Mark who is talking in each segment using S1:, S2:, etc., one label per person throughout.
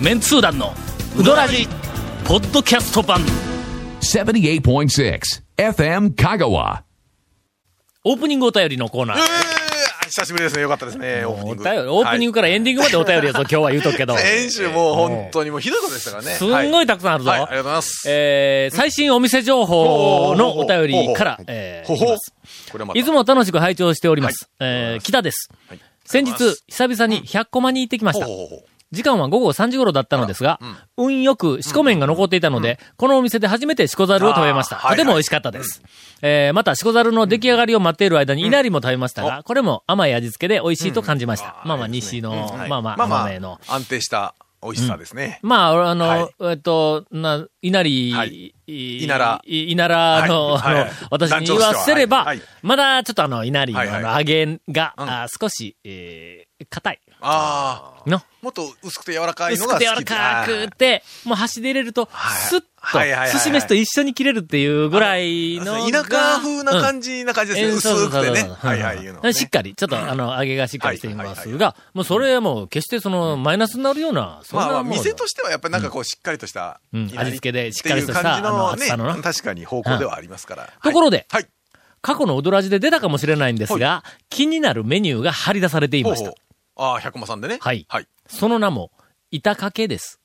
S1: メンツー団のウドラジポッドキャスト版
S2: 78.6 FM Kagawa.
S1: オープニングお便りのコーナー
S3: うー久しぶりですね。よかったですね。オープニ
S1: お
S3: ング。
S1: 便りオープニングからエンディングまでお便りやぞ今日は言うとくけど
S3: はい先週もう本当にもうひどいことでしたからね。
S1: すんごいたくさんあるぞ、
S3: はいはいありがとうございます
S1: えー最新お店情報のお便りから、えー
S3: ほほ。これまた。
S1: いつも楽しく拝聴しております。
S3: はい
S1: えー、北です。
S3: はい
S1: 先
S3: ありがとうござい
S1: 日、久々に100コマに行ってきました
S3: ます。ほうほうほう
S1: 時間は午後3時頃だったのですが、運よく四股麺が残っていたので、このお店で初めて四股ざるを食べました。
S3: あーはいは
S1: と
S3: い
S1: ても美味しかったです。えー、また四股ざるの出来上がりを待っている間に稲荷も食べましたが、これも甘い味付けで美味しいと感じました。まあまあ、西の、
S3: はい
S1: まあまあ、甘めの。
S3: 安定した美味しさですね。
S1: まあ、あの、
S3: はい
S1: えっと、な、稲荷、
S3: はい
S1: い
S3: 稲荷
S1: い稲荷の、
S3: はい
S1: あの
S3: はい
S1: 私に
S3: 団
S1: 言
S3: 長としては
S1: わせれば、
S3: はいはい
S1: まだちょっとあの、稲荷の
S3: はいはい
S1: あの揚げが、
S3: うん
S1: あ少し、えー、硬い。
S3: ああ。
S1: の。
S3: もっと薄くて柔らかい
S1: 薄
S3: の
S1: く
S3: が好
S1: て
S3: き
S1: 柔らかくて、もう箸で入れると、
S3: はい
S1: スッと、
S3: はいはいはいはい
S1: 寿司飯と一緒に切れるっていうぐらい
S3: あ
S1: の
S3: ー
S1: が。
S3: 田舎風な
S1: じ
S3: 感じな感じ
S1: えー
S3: ですね。薄くてね。はいはい。いうのね
S1: しっかり、ちょっと、あの、揚げがしっかりしていま
S3: はい
S1: す
S3: は
S1: が、もうそれはもう決してその、マイナスになるような、そん
S3: まあま
S1: な
S3: あ、
S1: もう
S3: 店としてはやっぱりなんかこう、しっかりとした、
S1: うん
S3: いなり
S1: 味付けでしっかりとした
S3: っていう感じ
S1: あの
S3: の
S1: 厚さのな
S3: ね、確かに方向ではありますから。
S1: ところで
S3: はい。
S1: 過去の踊らじで出たかもしれないんですが、気になるメニューが張り出されてい
S3: ほう
S1: ま
S3: ほ
S1: し
S3: う
S1: た。
S3: ああ、百馬さんでね。
S1: はい
S3: はい。
S1: その名も、板掛けです。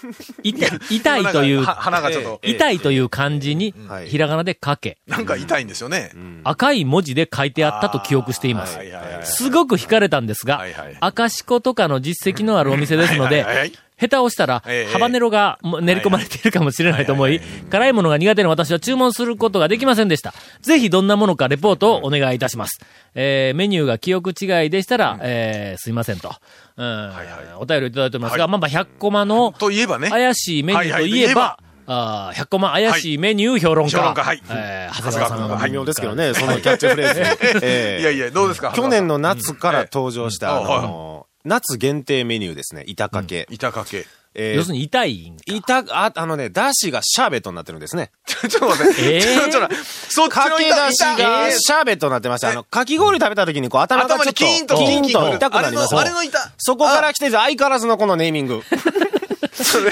S1: 痛い、痛いという
S3: は、花がちょっと、
S1: 痛いという漢字に、ひらがなで掛け、
S3: なんか痛いんですよね。
S1: 赤い文字で書いてあったと記憶しています
S3: は。いはいはい。
S1: すごく惹かれたんですが
S3: はいはい、
S1: 赤しことかの実績のあるお店ですの
S3: はいはいは
S1: で
S3: い、
S1: 下手をしたら
S3: え、え
S1: ハバネロがも練り込まれているかもしれないと思
S3: はい
S1: い
S3: は、
S1: 辛いものが苦手な私は注文することができませんでした。ぜひどんなものかレポートをお願いいたします。えーメニューが記憶違いでしたら、えーすいませんと。うんお便りをいただいておりますが、
S3: はい
S1: まあまあ100コマの
S3: といえばね。
S1: 怪しいメニューといえば、あー100コマ怪しいメニュー評論家。
S3: 評論家はい
S1: えー長谷川さんが。
S4: 微妙ですけどね、そのキャッチフレーズね。え え
S3: いやいや、どうですか
S4: 去年
S3: の。
S4: の夏から登場した、
S3: うんええ
S4: あの、夏限定メニューですね、板掛け。
S3: 板掛け。
S4: ええ
S1: 要するに痛いんか
S4: 板、あ、あのね、だしがシャーベットになってるんですね。
S3: ちょっと待って。
S1: えー
S3: ちょっとちょっと待ってそっち
S4: か
S3: の
S4: け
S3: 板
S4: だしがシャーベットになってました。あの、かき氷食べた時にこう頭が
S3: 頭
S4: ちょ
S3: に
S4: っ
S3: キーンと
S4: と、
S3: キンキン
S4: キーンと痛くなります
S3: あれのあれの板
S4: そこから来てる相変わらずのこのネーミング。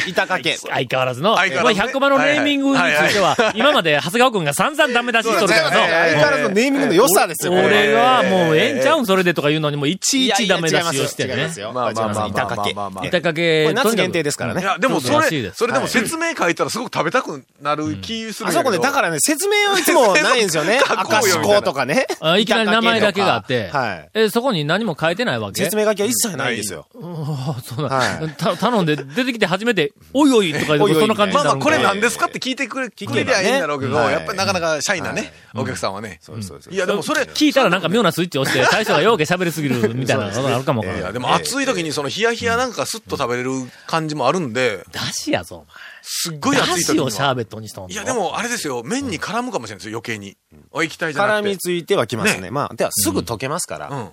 S4: 板掛け。
S1: 相変わらずの、まあ、
S3: 相変わらずね
S1: 100番のネーミングについては、今まで長谷川くんが散々ダメ出ししとるから
S4: そうですね相変わらずのネーミングの良さです
S1: の、
S4: よ、これ。
S1: 俺はもうええんちゃうん、それでとか言うのにもういちいちダメ出しをして
S4: いやいや
S1: ね
S4: 違いま。すよ。
S3: まあまあまあまあ
S4: 板掛け。
S3: まあまあまあ
S1: 板
S3: ま
S1: 掛け、
S4: これ夏限定ですからね
S3: いや、でもそ
S1: らしいで
S3: れ、
S1: す
S3: それでも説明書いたらすごく食べたくなる気する。
S4: あそこね、だかららね、説明はいつもないんですよ ね。
S3: 書こ
S4: 赤
S3: うよみたい
S4: 志
S3: な
S4: 向とかね。
S1: あいきなり名前だけがあって、
S4: はい。
S1: え、そこに何も書いてないわけ
S4: 説明書きは一切ないんですよ。
S1: あそうなん、
S4: はい
S1: た頼んで出てきて初めて、おいおいとか言
S4: お
S1: う
S4: いおい
S1: そんな感じ
S3: まあ
S1: にな
S3: まあ、
S1: るん
S3: こ
S1: か
S3: れ
S1: い
S3: なんですかって聞いてくれ、聞けりゃいいんだろうけど、
S4: はい
S3: やっぱりなかなかシャイなね、お客さんはね。
S4: そうそうそう
S3: いや、でもそれ、
S1: 聞いたらなんか妙なスイッチ押して、最初がようけ喋りすぎるみたいなことがあるかもわから
S3: い
S1: な
S3: や、
S1: い。
S3: でも暑い時にそのヒヤヒヤなんかスッと食べれる感じもあるんで、
S1: だしやぞ、
S3: すっ
S1: お
S3: ごい
S1: 前。だ
S3: 暑い時
S1: し
S3: に
S1: を
S3: は。
S1: シャーベットにしとんの
S3: いや、でもあれですよ、麺に絡むかもしれないですよ、余計に。お液体じゃな
S4: 絡
S3: くて。
S4: みついてはきますね。
S3: ね
S4: まあ、ではすぐ溶けますから。
S3: うん。
S1: うん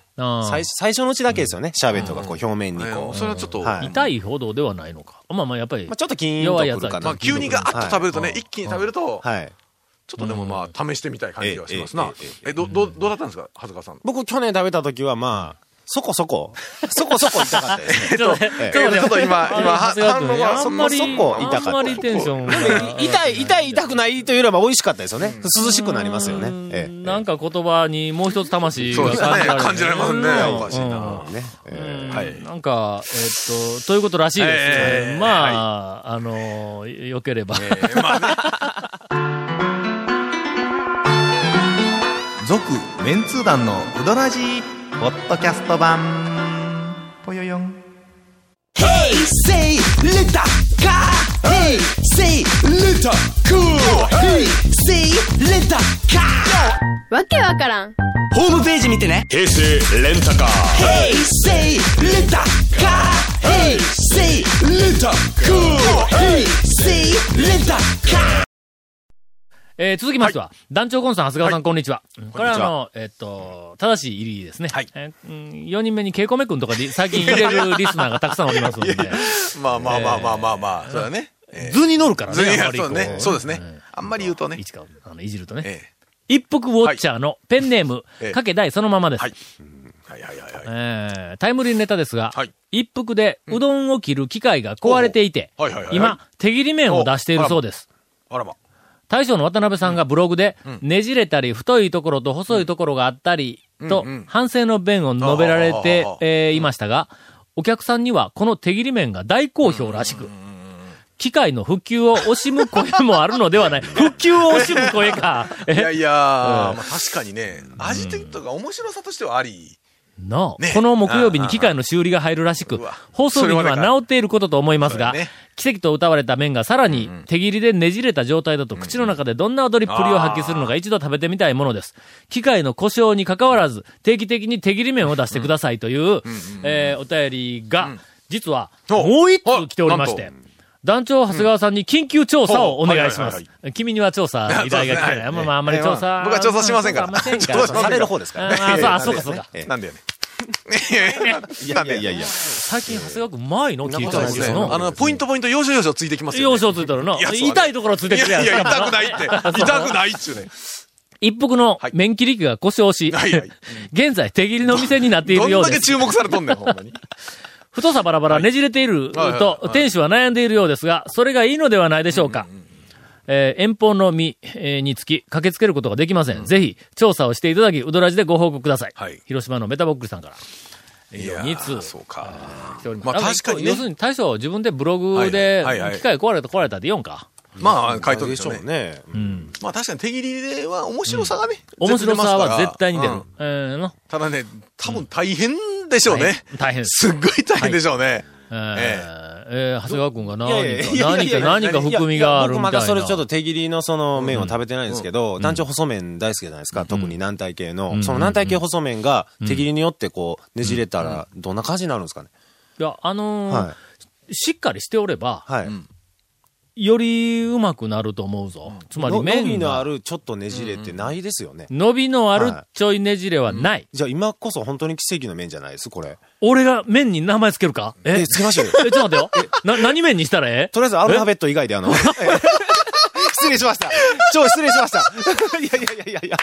S4: 最最初のうちだけですよね。シャーベットがこう表面に
S3: ね
S4: こう。
S3: それはちょっと、
S4: はい
S1: 痛いほどではないのか。まあまあ、やっぱり。
S4: まあちょっと均とくるかな。
S3: まあ、急にガーッと食べるとね、一気に食べると、
S4: はい。はい
S3: ちょっとでもまあ、試してみたい感じはしますな
S4: えええ。
S3: え、ど、ど、どうだったんですか、はずかさん。
S4: 僕去年食べた時はまあ、そこそこ、 そこそこ痛かった ですね。
S1: ちょっと、ちょっ
S4: ええ
S1: と待
S3: ちょっ と今今
S1: あの
S3: 反応が
S1: あんまり、
S4: そこ痛かった
S1: あんまりテンションが。
S4: 痛い、痛い、痛くないというよりは美味しかったですよね。涼しくなりますよね。ええ
S1: なんか言葉にもう一つ魂
S3: そう
S1: が
S3: ですね
S1: 感じられる。
S3: 感じられますね
S1: うん
S3: おかしいな
S4: ねえ
S1: うん
S3: はい
S1: なんか、えっと、ということらしいです
S3: え
S1: ね。
S3: え
S1: まあ、あの、よければ。
S5: 続メンツー団のウドラジーポッドキャスト版ぽよよん
S6: Say little car. Hey, say little cool. Hey, say little car.
S7: わけわからん
S6: ホームページ見てね。平成レンタカー。Hey, say little car. Hey, say little cool. Hey, say little car.
S1: えー続きましては、団長コンさん、長谷川さん、こんにちは。うんこれはあ
S4: こんにち
S1: の、えっと、正しい入りですね。
S3: はい
S1: えーうん4人目にケイコメ君とかで最近入れるリスナーがたくさんおりますの で、
S3: まあまあまあまあまあまあ、そうだね。ええ
S1: 図に乗るから
S3: ず
S1: ね、や
S3: い
S1: っ
S3: や
S1: ぱり
S3: そ
S1: こ
S3: う
S1: う。
S3: ね。そうですね
S1: ん。
S3: あんまり言うとね
S1: い。つか、あの、いじるとね。
S3: ええ
S1: 一服ウォッチャーのペンネーム、
S3: ええ
S1: かけだいそのままです。
S3: はいはいはいはいはい。
S1: えータイムリーネタですが、
S3: はい
S1: 一服でうどんを切る機械が壊れていて、
S3: ほうほうはいはいはい
S1: 今、手切り麺を出しているそうです。
S3: あらま。
S1: 大将の渡辺さんがブログで、ねじれたり太いところと細いところがあったり、と、反省の弁を述べられて
S3: ああああああ、
S1: えーいましたが、お客さんにはこの手切り麺が大好評らしく、機械の復旧を惜しむ声もあるので はない。復旧を惜しむ声 か。
S3: いや
S1: え
S3: いや、まあ、確かにね、味的とか面白さとしてはあり。
S1: なあ、
S3: ね
S1: この木曜日に機械の修理が入るらしく
S3: うわ、
S1: 放送日に
S3: それは
S1: は
S3: だから
S1: 治っていることと思いますが、
S3: そうやね
S1: 奇跡と歌われた麺がさらに手切りでねじれた状態だと口の中でどんな踊りっぷりを発揮するのか一度食べてみたいものです。機械の故障に関わらず、定期的に手切り麺を出してくださいという、えーお便りが、実は、
S3: お
S1: もう一通来ておりまし
S3: な
S1: て
S3: んと、
S1: 団長長谷川さんに緊急調査をお願いしま
S3: ほうはいはい
S1: す
S3: は。
S1: 君には調査依頼が来てない。
S3: そうですね
S1: まあまあ、あんまり調査。
S3: 僕は調査しませ んから
S1: あませんか
S3: ちょ
S1: ら
S3: っと
S4: される方ですからね。
S1: ああ、そうあ、そうか、そうか。
S4: ええ
S3: なんだよね。
S5: いやいやいやいや。
S1: 最近、長谷川くん、前の切り
S4: そう
S1: 替え
S4: で
S1: ですす
S4: ね
S1: よ
S3: あ
S1: な。
S3: の、ポイントポイント、要所要所ついてきますよ、
S1: 要
S3: ね。
S1: 所ついたらな。
S3: いやそうだね
S1: 痛いところついてく
S3: い
S1: るや
S3: や
S1: ん。
S3: いや、
S1: しかも
S3: 痛くないって。痛くないっちゅうね。
S1: 一服の
S3: はい
S1: 麺切り機が故障し、
S3: はいはいうん
S1: 現在手切りの店になってい
S3: ど
S1: る
S3: ん
S1: よう
S3: だ
S1: で
S3: け
S1: す。
S3: 注目されとんねん、ほ んまに。
S1: 太さバラバラねじれている
S3: はいはいはい
S1: と
S3: は、い
S1: 店主は悩んでいるようですが、それがいいのではないでしょうか。えー遠方の身、えーにつき、駆けつけることができません。ぜひ、調査をしていただき、うどらじでご報告ください。
S3: はい
S1: 広島のメタボックスさんから。
S3: いや
S1: 二通
S3: そうか。
S1: 来ております。
S3: まあ
S1: なん
S3: 確かにね
S1: 要するに大将は自分でブログで
S3: はいはいはいはい、
S1: 機械壊れた壊れたって言おうんか。
S3: まあ、回答でしょうね。
S4: ね。
S3: まあ確かに手切りでは面白さがね。
S1: 面白さは絶対に出
S3: う
S1: る
S3: ん。
S1: えーの
S3: ただね、多分大変でしょうね。
S1: 大変です。
S3: すっごい大変でしょうね。
S1: えーえー長谷川君が何
S4: いやいやい
S1: か、
S4: や
S1: 何
S4: いや
S1: か、
S4: いや
S1: 何か含みがあるみたいな。
S4: いや僕まだそれちょっと手切りのその麺を食べてないんですけど、団長細麺大好きじゃないですか、特に南体系の。その南体系細麺が手切りによってこう、ねじれたら、どんな感じになるんですかね。
S1: いや、あのー
S4: はい
S1: しっかりしておれば、
S4: はい。
S1: よりうまくなると思うぞ。つまり
S4: の伸
S1: 麺
S4: びのあ
S1: が、
S4: るちょっとねじれってないですよね。
S1: 伸びのある
S4: はい
S1: ちょいねじれはない。
S4: じゃあ今こそ本当に奇跡の麺じゃないです、これ。
S1: 俺が麺に名前つけるかえ
S4: え、つけましょうよ。
S1: えちょっと待ってよ。な、何麺にしたらええ
S4: とりあえずアルファベット以外で あの、失礼しました。超失礼しました。いやいやいやいやいや、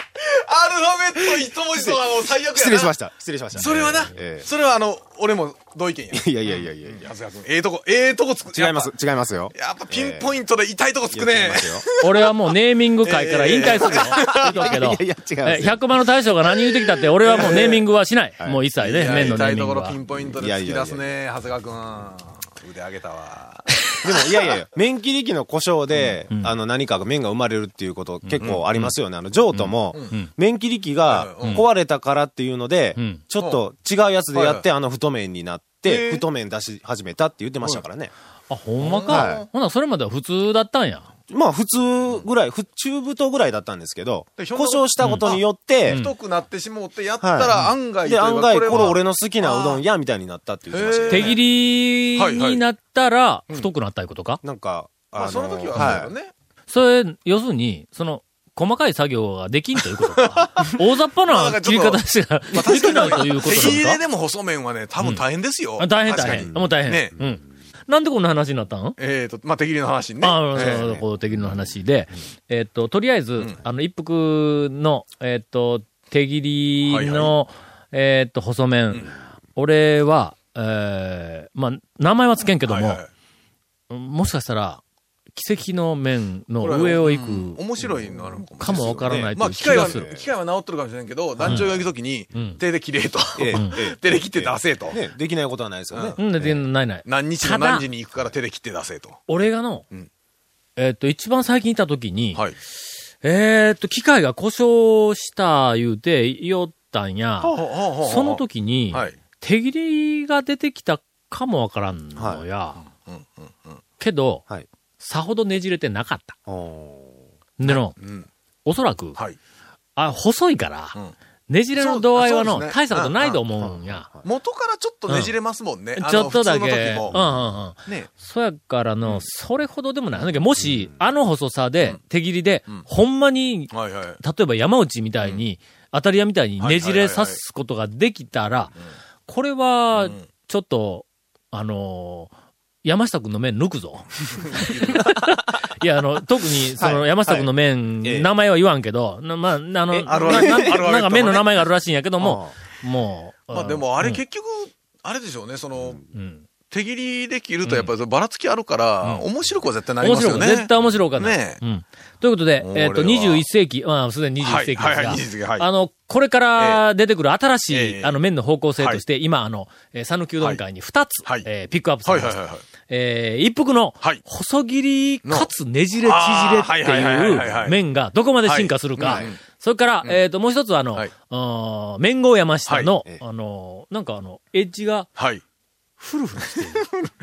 S3: アルファベット一文字とはもう最悪やな。
S4: 失礼しました。失礼しました。
S3: それはな、
S4: ええ
S3: それはあの、俺も同 意見や。
S4: いやいやいやいやいや。
S3: 長谷川君、ええとこ、ええとこつく。
S4: 違います、違いますよ。
S3: やっぱ。やっぱピンポイントで痛いとこつく
S4: いや違い
S3: ね
S4: ま。すよ
S1: 俺はもうネーミング会から引退 するよ。言うとくけど。
S4: いやいや違います
S1: え100番の大将が何言うてきたって、俺はもうネーミングはしない。もう一切
S3: い
S1: ね、
S3: や
S1: 麺のネー
S3: 痛い
S1: ミ
S3: と
S1: ン
S3: こ
S1: グ
S3: ろ
S1: は
S3: ピ。ンポイントで突き出すね、長谷川君。腕上げた わ。
S4: でも、いやい やいや、麺切り機の故障で、あの、何かが麺が生まれるっていうこと結構ありますよね。あの、譲渡も、麺切り機が
S3: うん
S4: 壊れたからっていうので
S1: ん、
S4: ちょっと違うやつでやって、あの、太麺になって
S3: へ、え
S4: 太麺出し始めたって言ってましたからね。
S1: あ、ほんま
S4: は
S1: か。ほな、それまでは普通だったんや。
S4: まあ、普通ぐらい、ふ中太ぐらいだったんですけど、
S3: でひょんな
S4: 故障したことによって、
S3: 太くなってしもうて、やった
S4: は
S3: ら
S4: い
S3: 案外とい
S4: で、
S3: うか
S4: 案外、これ
S3: は
S4: 俺の好きなうどんや、みたいになったって言ってましたよ
S3: へ
S1: 手
S3: え
S1: 切り
S3: はいはい
S1: になったら、太くなったいうことか
S4: なんか、
S3: まあ、その時は
S4: はい
S3: そうだよね。
S1: それ、要するに、その、細かい作業ができんということ か。大雑把
S3: まあな
S1: なん
S3: かち
S1: 切
S3: ょ
S1: り
S3: っと
S1: 方しかできないということ
S3: 手切
S1: な
S3: れ
S1: のか
S3: でも細麺はね、多分大変ですよ。
S1: あ大変
S3: 確か
S1: 大
S3: に
S1: 変。もう大変。
S3: ね
S1: うん。なんでこんな話になったん
S3: えっと、まあ、手切りの話ね。
S1: ああ、
S3: ええ
S1: そうこう、手切りの話で。えっと、とりあえず、あの、一服の、えっと、手切りの、えっと、細麺。俺は、えーまあ、名前はつけんけど
S3: はい
S1: も
S3: は、い
S1: もしかしたら、奇跡の面の上を行く。
S3: うん面白いのあるも
S1: かもわからないと
S3: まあ、
S1: いう
S3: 機
S1: 気
S3: 械
S1: が
S3: は、
S1: する。
S3: 機械は治っとるかもしれんけど、団長が行くときに
S1: ん、
S3: 手で切れと。
S4: ええええ
S3: 手で切って出せと。
S4: ね、できないことはないですよね。
S1: うん、でないない。
S3: 何日の何時に行くから手で切って出せと。
S1: 俺がの、
S3: うん
S1: えっと、一番最近いた時に、
S3: はい。
S1: えっと、機械が故障した言うて、言おったんや、その時に、
S3: はい
S1: 手切りが出てきたかもわからんのや、けど、
S4: はい。
S1: さほどねじれてなかった。
S4: お
S1: での、
S3: うん。
S1: おそらく、
S3: はい。
S1: あ、細いから、
S3: うん
S1: ねじれの度合いは
S3: そう
S1: の、
S3: そうですね
S1: 大したことないと思うんや。
S3: 元からちょっとねじれますもんね。あの
S1: ちょっとだけ、う
S3: 普
S1: んう
S3: 通の時
S1: ん
S3: も。
S1: うん。
S3: ね。
S1: そやからの、それほどでもない。なんだけどもし、あの細さで、手切りで、ほんまに、
S3: はいはい。
S1: 例えば山内みたいに、当たり屋みたいにねじれさすことができたら、これは、ちょっと、あのー山下くんの麺抜く ぞ。いや、あの、特に、その、山下くんの麺、
S4: ええ
S1: 名前は言わんけど、なまあ、あの、な
S3: あるあ
S1: な
S3: る
S1: な
S3: あるある
S1: なんか麺の名前があるらしいんやけども、もう。
S3: まあでもあれ
S1: うん
S3: 結局、あれでしょうね、その、
S1: うん
S3: 手切りできるとやっぱりばらつきあるから、面白くは絶対なり
S1: 面
S3: ます
S1: 白
S3: よ
S1: い。
S3: ね。
S1: 絶対面白かった。
S3: ね
S1: うん。ということで、えっ、と、
S3: これは
S1: 21世紀、まあ、すでに21世紀ですが、
S3: はいはいはい21世紀はい
S1: あの、これから出てくる新しい、
S3: ええ
S1: あの、麺の方向性として、今、あの、えー、讃岐うどん会に2つ、
S3: はい
S1: えーピックアップさ
S3: はい
S1: れ
S3: は
S1: ま
S3: い
S1: した
S3: はい。はい。
S1: えー一服の
S3: はい、
S1: 細切りかつねじれ
S3: の
S1: 縮れって
S3: あーはいはいはいはい
S1: い
S3: は
S1: う
S3: い
S1: 麺がどこまで進化するか
S3: はいうん。
S1: それから、えっと、もう一つはあの
S3: はいう、
S1: うん麺号山下の
S4: はいええ、
S1: あの、なんかあの、エッジが
S3: はい。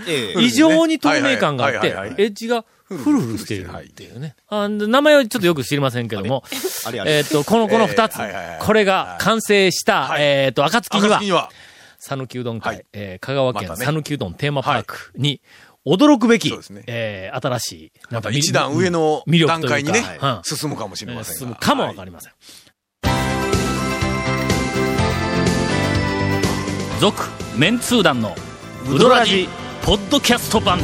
S4: ええ
S1: 異常に透明感があって
S3: はいはいはいは、い
S1: エッジがフルフルしているっていうね。あで名前はちょっとよく知りませんけども、
S4: あれあれ。
S1: えっと、この、この二つ
S3: はいはいはい、
S1: これが完成した、
S3: はい
S1: えっと、暁には
S3: 暁に、は、
S1: 讃岐うどん会、
S3: はい
S1: えー香川県
S3: またね
S1: 讃岐うどんテーマパークに、驚くべき、
S3: そうですね
S1: えー新しい、なんみ
S3: 一段上の
S1: 魅力
S3: 段
S1: というか
S3: 階にね
S1: は、い
S3: 進むかもし
S1: え
S3: れま
S1: ー
S3: せ
S1: 進
S3: んが。
S1: むかもわかりません。続、メンツー団の、ウドラジ、ポッドキャスト版。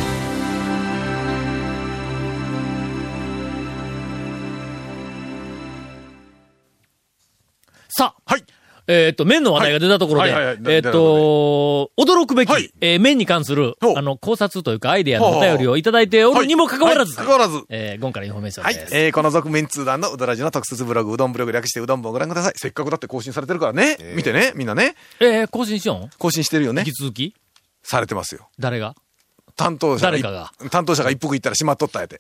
S1: さあ、
S3: はい。
S1: えっ、と、麺の話題が出たところで、
S3: はいはいはい
S1: えっ、と、驚くべき、
S3: はい
S1: えー麺に関する、
S3: ほう
S1: あの、考察というかアイデア
S3: ほう
S1: のお
S3: ほう
S1: 便りをいただいてお
S3: は
S1: る
S3: い
S1: にもかかわらず、
S3: はい関わらず。
S1: えー、ゴンからインフォメーション
S3: はい
S1: です。。
S3: えー、この続面通談のうどらじの特設ブログ、うどんブログ略してうどん部をご覧ください。せっかくだって更新されてるからね。見てね、みんなね。
S1: えー更新しよん、
S3: 更新してるよね
S1: 引き。続き
S3: されてますよ。
S1: 誰 が
S3: 担当者
S1: 誰かが。
S3: 担当者が一服行ったらしまっとったやて。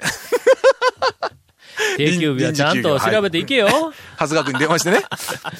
S1: 定休日はちゃんと調べていけよ。
S3: はずがくに電話し てね。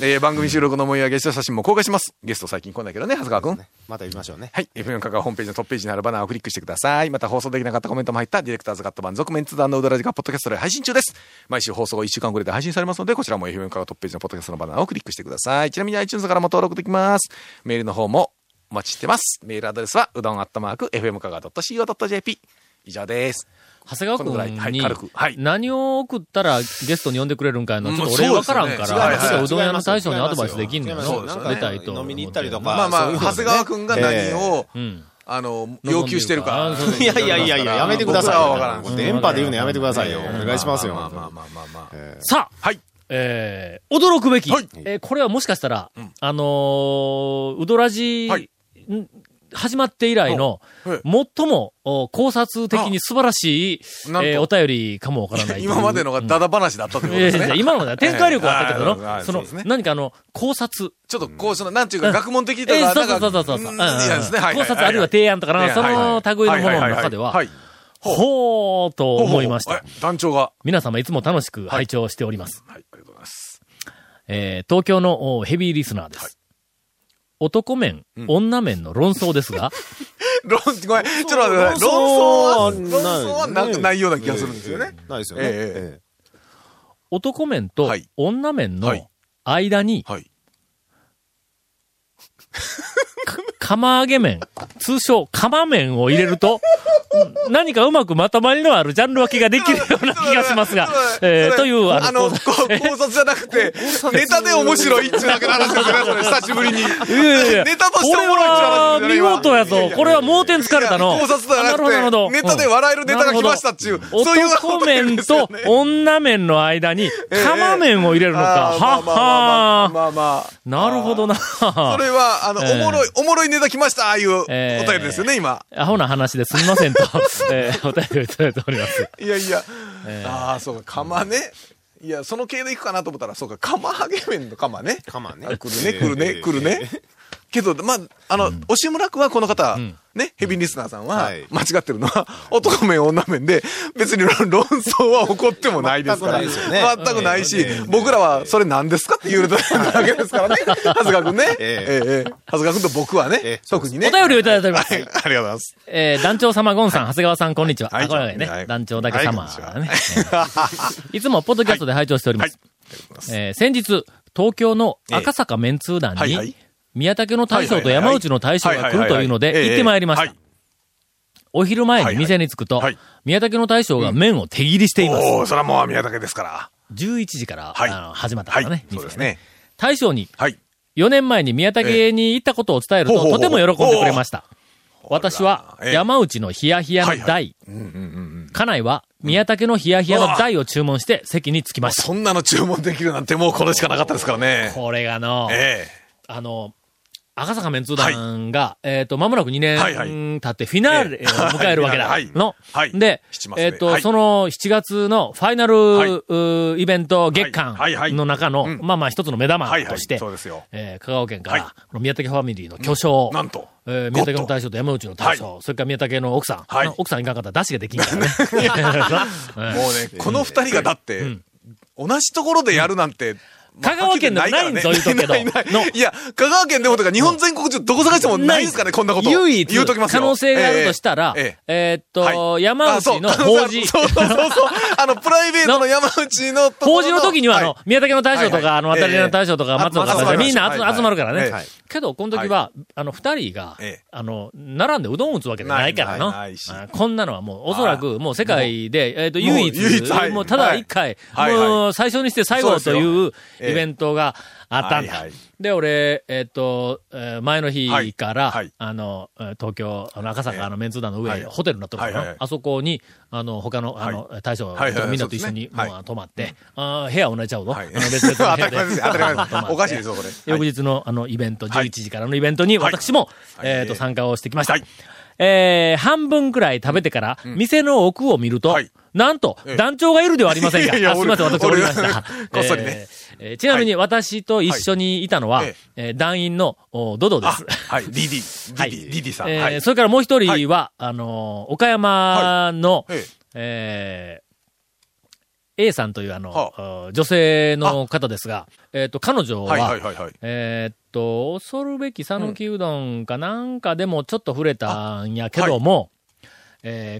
S3: えー、番組収録の思い上げした写真も公開します。ゲスト最近来ないけどね、はずがくん。
S4: また行きましょうね。
S3: はい。FM カカホームページのトップページにあるバナーをクリックしてください。また放送できなかったコメントも入ったディレクターズカット版続面通談のうどらじがポッドキャストで配信中です。毎週放送が1週間くらいで配信されますので、こちらも FM カカトップページのポッドキャストのバナーをクリックしてください。ちなみに iTunes からも登録できます。メールの方もお待ちしてます。メールアドレスはうどんアットマーク FM カカ .co.jp。以上です。
S1: 長谷
S3: このぐ
S1: 川
S3: らいは
S1: 君に
S3: い軽くはい
S1: 何を送ったらゲストに呼んでくれるんかいうのはちょっと
S3: うん
S1: 俺
S3: そう
S1: わ
S3: で
S1: か
S3: す
S1: ら
S3: よ
S1: んから、
S3: ね違います
S1: 私
S3: よ
S1: はうどん屋の大将に
S4: 違い
S1: ア
S4: ます
S1: ドバイスできんのよ
S4: 違います
S1: な
S4: よ
S1: 出たいと。
S4: 飲みに行ったりとか
S1: 思って
S4: ま
S3: ま
S4: あ
S3: あ
S4: まあ
S3: ま
S4: そうい
S3: あ、
S4: うこ
S3: 長
S4: とね
S3: 谷川くんが何を、
S1: うん。
S3: あの、要求してる
S1: 望
S3: か
S1: んでるか
S3: ら。
S4: いやいやいやいや、やめてくださいよ。
S3: 僕らはわからん。
S4: こうやって電波で言うのやめてくださいよ。お
S1: うん
S4: 願いしますよ。
S3: まあまあまあまあまあまあ。
S1: さあ、
S3: はい。
S1: えー、驚くべき、
S3: はい
S1: えーこれはもしかしたら、あのー、ウドラジ、
S3: はい
S1: ん始まって以来の、
S3: おはい
S1: 最もお考察的に素晴らしい、
S3: あなんと
S1: えーお便りかもわからないという
S3: 今までのがダダ話だったということ
S1: いや
S3: で
S1: い
S3: す
S1: やいや
S3: ね。
S1: 今のは展開力はあったけど
S3: はいはいは
S1: な、
S3: い
S1: その、
S3: そうですね
S1: 何かあの、考察。
S3: ちょっとこう、その、なんていうか、学問的と
S1: え
S3: い
S1: ー、
S3: う
S1: そ
S3: か、
S1: うそ
S3: な
S1: うんそ
S3: か、
S1: うそうそうそう。う
S3: う
S1: んん
S3: いやですね。はい
S1: 考察あるいは提案とか
S3: はい
S1: な、そ
S3: はいは
S1: の
S3: い
S1: 類のものの中で
S3: は
S1: は、
S3: い。
S1: ほーと思いまし
S3: ほう
S1: た
S3: ほう。。え団長が。
S1: 皆様いつも楽しく拝聴しております。
S3: はい、ありがとうございます。
S1: えー東京のおヘビーリスナーです。男面、女面の論争ですが、
S3: 論、ごめん、ちょっと待ってください。論争は、
S4: は
S3: 論争はなんかないような気がするんですよね。。
S4: ないですよ
S3: ね
S4: ね。え
S1: 男面と
S3: はい
S1: 女面の
S3: はい
S1: 間に、
S3: はい。
S1: 釜揚げ麺、通称釜麺を入れる と、うん何かうまくまとまりのあるジャンル分けができるような気がしますが
S3: ちょっと待っ、て
S1: えー
S3: そ
S1: と
S3: れ
S1: いう、
S3: あの、こう考察じゃなくて、ネタで面白いっていうだけの話ですよね、それ、久しぶりに。
S1: いやいやいや
S3: ネタとしておもろいって話で
S1: こ
S3: すよね
S1: れは見事や
S3: 今い
S1: ぞ
S3: い。や
S1: これは盲点疲れたの。
S3: いや考察ではなくて
S1: あなるほどなるほど
S3: ネタで笑えるネタが来ましたっちゅう
S1: なるほど
S3: そういう
S1: 男面と女面の間に、
S3: え
S1: 釜面を入れるのか。
S3: あーまあま
S1: はっ
S3: あ
S1: は
S3: まあまあまあ
S1: ー。なるほどな。
S3: まあ。それは、あの、
S1: えー
S3: おもろい、おもろいネタ来ました、ああいうお
S1: えー
S3: 便りですよね、今。
S1: アホな話ですみま せんと、えーお便りをいただいております。
S3: いや いや。ああ、そうか、釜ね。いや、その系でいくかなと思ったら、そうか、釜揚げ麺の釜ね。
S4: え。かまね。
S3: あ来るね、来るね、来るね。けど、まあ、あの、押村区はこの方、ね、ヘビーリスナーさんは
S4: はい、
S3: 間違ってるのは、男面、女面で、別に論争は起こってもないですから。
S4: 全くないですよね
S3: 全くないし
S4: ええ、
S3: 僕らは、それ何ですかって言うだけです からね。はずがくんね。
S4: え
S3: ええええはずがくんと僕は
S4: え
S3: ね
S4: え、
S3: 特に
S1: お
S3: ね。
S1: 便りをいただいておりま
S3: は
S1: す。
S3: い、ありがとうございます。
S1: えー団長様、ゴンさん、長谷川さん、こんにちは。
S3: はい
S1: あ、これはね、
S3: はい
S1: 団長だけ様、
S3: はいこんにちは
S1: ね。えーいつもポッドキャストで拝聴しております。えー先日、東京の赤坂メンツー団
S3: はいは
S1: に
S3: い、
S1: 宮武の大将と
S3: はいはいはい
S1: 山内の大将が来るというので、
S3: はいはいはいはい
S1: 行ってまいりまし
S3: ええ
S1: た
S3: え。
S1: お昼前に店に着くと
S3: はいはい、
S1: 宮武の大将が麺を手切りしています。
S3: おおそれはもう宮武ですから。
S1: 11時から、
S3: はい
S1: あの始まったか
S3: は
S1: らね店
S3: い、、そう
S1: が
S3: ですね。
S1: 大将に、
S3: はい。
S1: 4年前に宮武に行ったことを伝える
S3: ええ
S1: と、
S3: ほうほ
S1: と
S3: う
S1: ても喜んでくれました。私は
S3: ええ
S1: 山内のヒヤヒヤの
S3: は
S1: 台。家内は宮武のヒヤヒヤの台を注文して席に着きました。
S3: そんなの注文できるなんてもうこれしかなかったですからね。
S1: これがの、
S3: え
S1: あの、赤坂メンツー団が、えっ、と、まもなく2
S3: はいはい
S1: 年経ってフィナーレを迎えるわけだ。
S3: はい
S1: の、
S3: はい
S1: で
S3: 七、月目
S1: えっ、と、
S3: はい
S1: その7月のファイナル、
S3: いう
S1: ーイベント月間
S3: はいはいはい
S1: の中の、
S3: うん
S1: まあまあ一つの目玉
S3: はいはい
S1: として、
S3: そうですよ
S1: えー香川県か
S3: は
S1: ら、この宮武ファミリーの巨匠、
S3: えなんと。
S1: えー宮武の
S3: 大
S1: 大将と山内の大将、それから宮武の奥さん、
S3: はい
S1: あの奥さんいかんかったら出汁ができん からね。
S3: もうね、この二人がだって、同じところでやるなんて、まあ
S1: 香川県でもないんぞ
S3: はっきり
S1: 言うとけど
S3: ないない
S1: の
S3: いや、香川県でもとか、日本全国中どこ探してもないですからね、こんなこと。
S1: 唯一、
S3: 言うときます
S1: 可
S3: よ
S1: 能性があるとしたら、
S3: え
S1: え
S3: え
S1: ー
S3: ええ
S1: っと、
S3: はい
S1: 山内の
S3: あそう
S1: 法事。
S3: そうそうそうそう。あの、プライベートの山内のところ
S1: 法事の時には、あの、
S3: い
S1: 宮武の大将と
S3: はいは
S1: か、
S3: い
S1: あの、渡り屋の大将とか、
S3: ええ
S1: 松岡
S3: あ
S1: 大将、みんな集
S3: 集まります
S1: 集まるから
S3: は
S1: ね
S3: いはい。
S1: けど、この時は、あの、二人が
S3: ええ、
S1: あの、並んでうどん打つわけじゃないから
S3: ないない
S1: な
S3: ないし。
S1: あこんなのはもう、おそらく、もう世界で、えーっと、唯
S3: もう唯一は
S1: 一、
S3: い
S1: もうただ一回、
S3: はいはい
S1: もう、最初にして最後という
S3: ええ
S1: イベントがあったん
S3: はいは
S1: だ
S3: い。
S1: で、俺、えーっと、えー前の日か
S3: はいは
S1: ら
S3: い、
S1: あの、えー東京、あの赤坂のメンツー団の
S3: はい
S1: 上、ホテルになってるから
S3: はいは
S1: ないあそこに、あの、他の、あの、大将
S3: はいはい
S1: みんなと一緒に、
S3: そうですね
S1: もう泊まって、あー部屋同じちゃうぞ。
S3: はい
S1: あの別々の部屋
S3: 当たり前です当たり前です
S1: 泊まって
S3: おかしいですよそれ
S1: 翌日の、あの、イベント、
S3: はい
S1: 11時からのイベントに、
S3: はい
S1: 私も、
S3: はい
S1: えっと、参加をしてきました
S3: はい。
S1: えー半分くらい食べてから、店の奥を見ると
S3: はい、
S1: なんと
S3: ええ、
S1: 団長がいるではありませんが、
S3: いやいや
S1: あすみません、
S3: 俺
S1: 私おりました。
S3: 俺こっそりね
S1: えー。えーちなみに、私と一緒にいたのは
S3: はいえ、
S1: えー団員の、おドドで
S3: あ
S1: す。
S3: はい、DD。
S1: はい
S3: DD、DD さん。
S1: えー
S3: はい。
S1: それからもう一人は、あのー、岡山の、
S3: はいええ
S1: えー A さんというあの、
S3: は
S1: あ女性の方ですが、えっ、と、彼女は、
S3: はいはいはいはい。
S1: えーっと、恐るべき讃岐うどんかなんかでもちょっと触れたんやけども、えー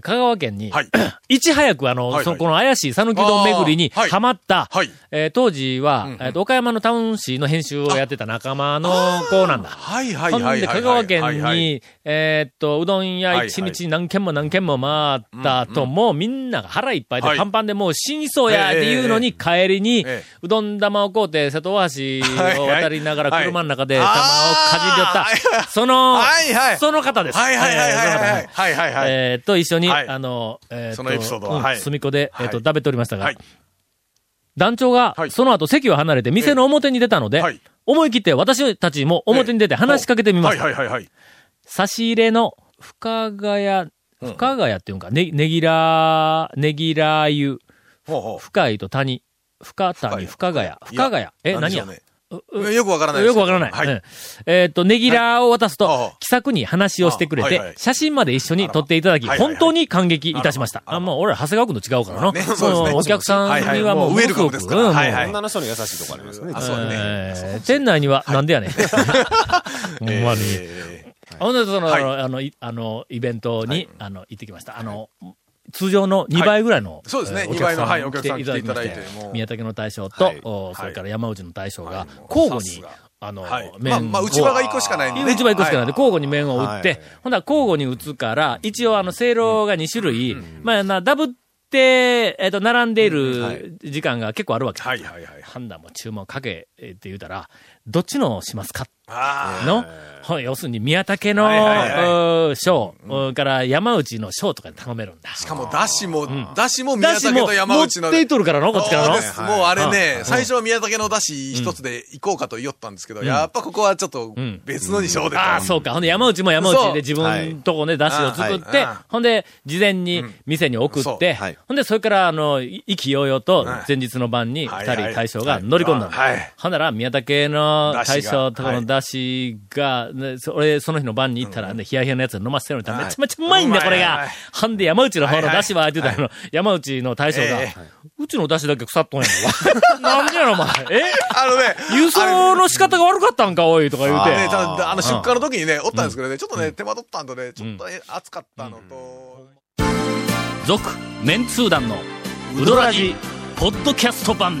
S1: 香川県に、
S3: はい
S1: いち早くあの、
S3: はいはい
S1: そのこの怪しい讃岐うどん巡りに
S3: あーはい
S1: ハマった、
S3: はい
S1: えー当時は、
S3: うんうん
S1: えーっと岡山のタウン誌の編集をやってた仲間の子なんだ。
S3: はいはい
S1: ほ
S3: は
S1: ん
S3: いはい。
S1: で、香川県
S3: はいはい
S1: に、えーっと、うどん
S3: はい
S1: 屋
S3: はい
S1: 一日何軒も何軒も回った後、もうみんなが腹いっぱいで
S3: はい
S1: パンパンでもう死にそうやっていうのに帰りに
S3: ええ、
S1: うどん玉を買うて瀬戸大橋を渡りながら
S3: はいはい
S1: 車の中で玉をかじりよ
S3: あ
S1: った、その
S3: はいはい、
S1: その方です。
S3: はいはいはいは
S1: え
S3: いは
S1: ーその方
S3: い
S1: です
S3: はいはいはい。
S1: えーっと、一緒に、
S3: はい
S1: あの、えーっと
S3: そのエピソードは
S1: うん
S3: はい
S1: 隅っこで、えーっと、
S3: はい
S1: 食べておりましたが
S3: はい、
S1: 団長が
S3: は、い
S1: その後席を離れて店の表に出たので
S3: ええはい、
S1: 思い切って私たちも表に出て話しかけてみま
S3: は
S1: し
S3: い
S1: た
S3: は。いはいはい。
S1: 差し入れの深谷、深谷っていうんか、ね、ねぎら、ねぎら湯、
S3: ほうほ
S1: 深いと谷、深谷、深
S3: 深
S1: 谷
S3: 谷、
S1: 深谷、え、
S3: な
S1: 何
S3: んでしょ
S1: や
S3: うねよくわからないです
S1: よくわからない。
S3: は
S1: う
S3: い。
S1: んえーっと、ネギラーを渡す
S3: はいあ
S1: と
S3: あ、
S1: 気さくに話をしてくれ
S3: ああはいは
S1: て
S3: い、
S1: 写真まで一緒に撮っていただき、
S3: あらはいはい
S1: 本当に感激いたしました。
S3: あら
S1: あ、もう俺、長谷川君と違うからな。
S3: ねそうですね
S1: もお客さんにはもう、
S3: はいはいもうウェルカムですから
S1: うんもう
S3: はいはい
S4: 女の人に優しいとこありますよね。
S3: あ、そうだね。
S1: えー店内には、なんでやねん。 ほんまに。
S3: え
S1: ほんで、その、
S3: はい
S1: あの、いあの、イベントに、あの、行ってきました。あの、通常の2倍ぐらいの、
S3: いそうです
S1: え
S3: ね
S1: ーお
S3: 2
S1: 客
S3: 倍
S1: さ
S3: の
S1: ん
S3: はいお客さん
S1: 来ていただきまし
S3: 来ていただいても
S1: て、
S3: う
S1: 宮武の大将と、
S3: はい
S1: おそれから山内の大将
S3: は
S1: が
S3: い、
S1: 交互
S3: さす
S1: に
S3: が、
S1: あの、
S3: ーはい。
S1: 麺を
S3: まあ、まあ、内場が一個しかないんでね。
S1: 一番一個しかないんで、
S3: は
S1: 交互に面を打っ
S4: は
S1: て
S4: い、
S1: ほんなら交互に打つから、一応あの、せいろが2種類、まあな、ダブって、えっと、並んでいる時間が結構あるわけ。
S3: はいはいはい。
S1: 判断も注文かけえーって言うたら、どっちのをしますか
S3: あ
S1: の、ほ要するに宮武の、
S3: はいはいはいう
S1: ー賞、うーから山内の賞とかに頼めるんだ。
S3: あ。しかも、だしも、だしも宮
S1: だし
S3: 武
S1: も
S3: と山内
S1: 持
S3: の。
S1: っていとるからの、こっちから
S3: そう
S1: の
S3: で。すもうあれ
S1: う
S3: ね
S1: ん、
S3: 最初は宮武のだし一つで行こうかと言おったんですけど、やっぱここはちょっと
S1: ん
S3: 別のにしようでと
S1: ああ、そうか。ほんで、山内も山内で自分のとこね、出汁を作っ
S3: あー
S1: て
S3: はいうん、
S1: ほんで、事前に店に送
S3: そ
S1: っ
S3: う
S1: て
S4: はい、
S1: ほんで、それから、あの、い意気揚々と
S3: はい、
S1: 前日の晩に二
S3: はい
S1: 人
S3: はい
S1: 大将が乗り込んだの
S3: はい
S1: ほんなら、宮武の大
S3: 出汁
S1: 将
S3: が
S1: とこの出汁が、ねそ俺、その日の晩に行ったら、ねヒヤヒヤのやつ飲ませてるのに
S3: はい
S1: めちゃめちゃうまいんだ、
S3: うまい
S1: これ
S3: は
S1: が
S3: い。
S1: ほんで、山内の方の
S3: はいはい
S1: 出汁は、って言ったら、あの山内の大将が
S3: え、
S1: うちの出汁だけ腐っとんやろ。なんでやろ、お前。 え
S3: あのね、
S1: 輸送の仕方が悪かったんか、おい、とか言う
S3: あ
S1: て
S3: れ。ね、ただあの出荷の時にね、おったんですけどね、ちょっとね、手間取ったんとね、ちょっとね暑かったのと、
S1: 続メンツー団のウドラジポッドキャスト版